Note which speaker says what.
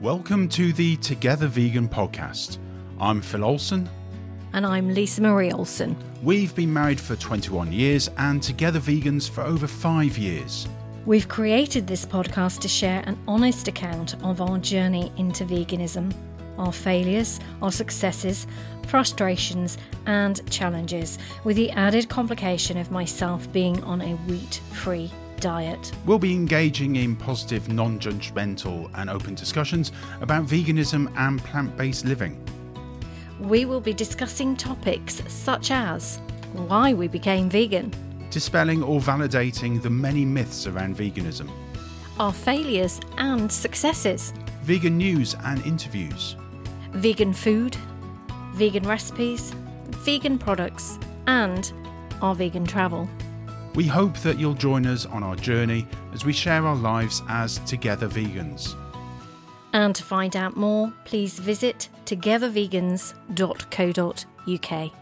Speaker 1: Welcome to the Together Vegan podcast. I'm Phil Olson.
Speaker 2: And I'm Lisa Marie Olson.
Speaker 1: We've been married for 21 years and Together Vegans for over five years.
Speaker 2: We've created this podcast to share an honest account of our journey into veganism, our failures, our successes, frustrations, and challenges, with the added complication of myself being on a wheat free diet.
Speaker 1: We'll be engaging in positive, non judgmental, and open discussions about veganism and plant based living.
Speaker 2: We will be discussing topics such as why we became vegan,
Speaker 1: dispelling or validating the many myths around veganism,
Speaker 2: our failures and successes,
Speaker 1: vegan news and interviews,
Speaker 2: vegan food, vegan recipes, vegan products, and our vegan travel.
Speaker 1: we hope that you'll join us on our journey as we share our lives as Together Vegans.
Speaker 2: And to find out more, please visit togethervegans.co.uk.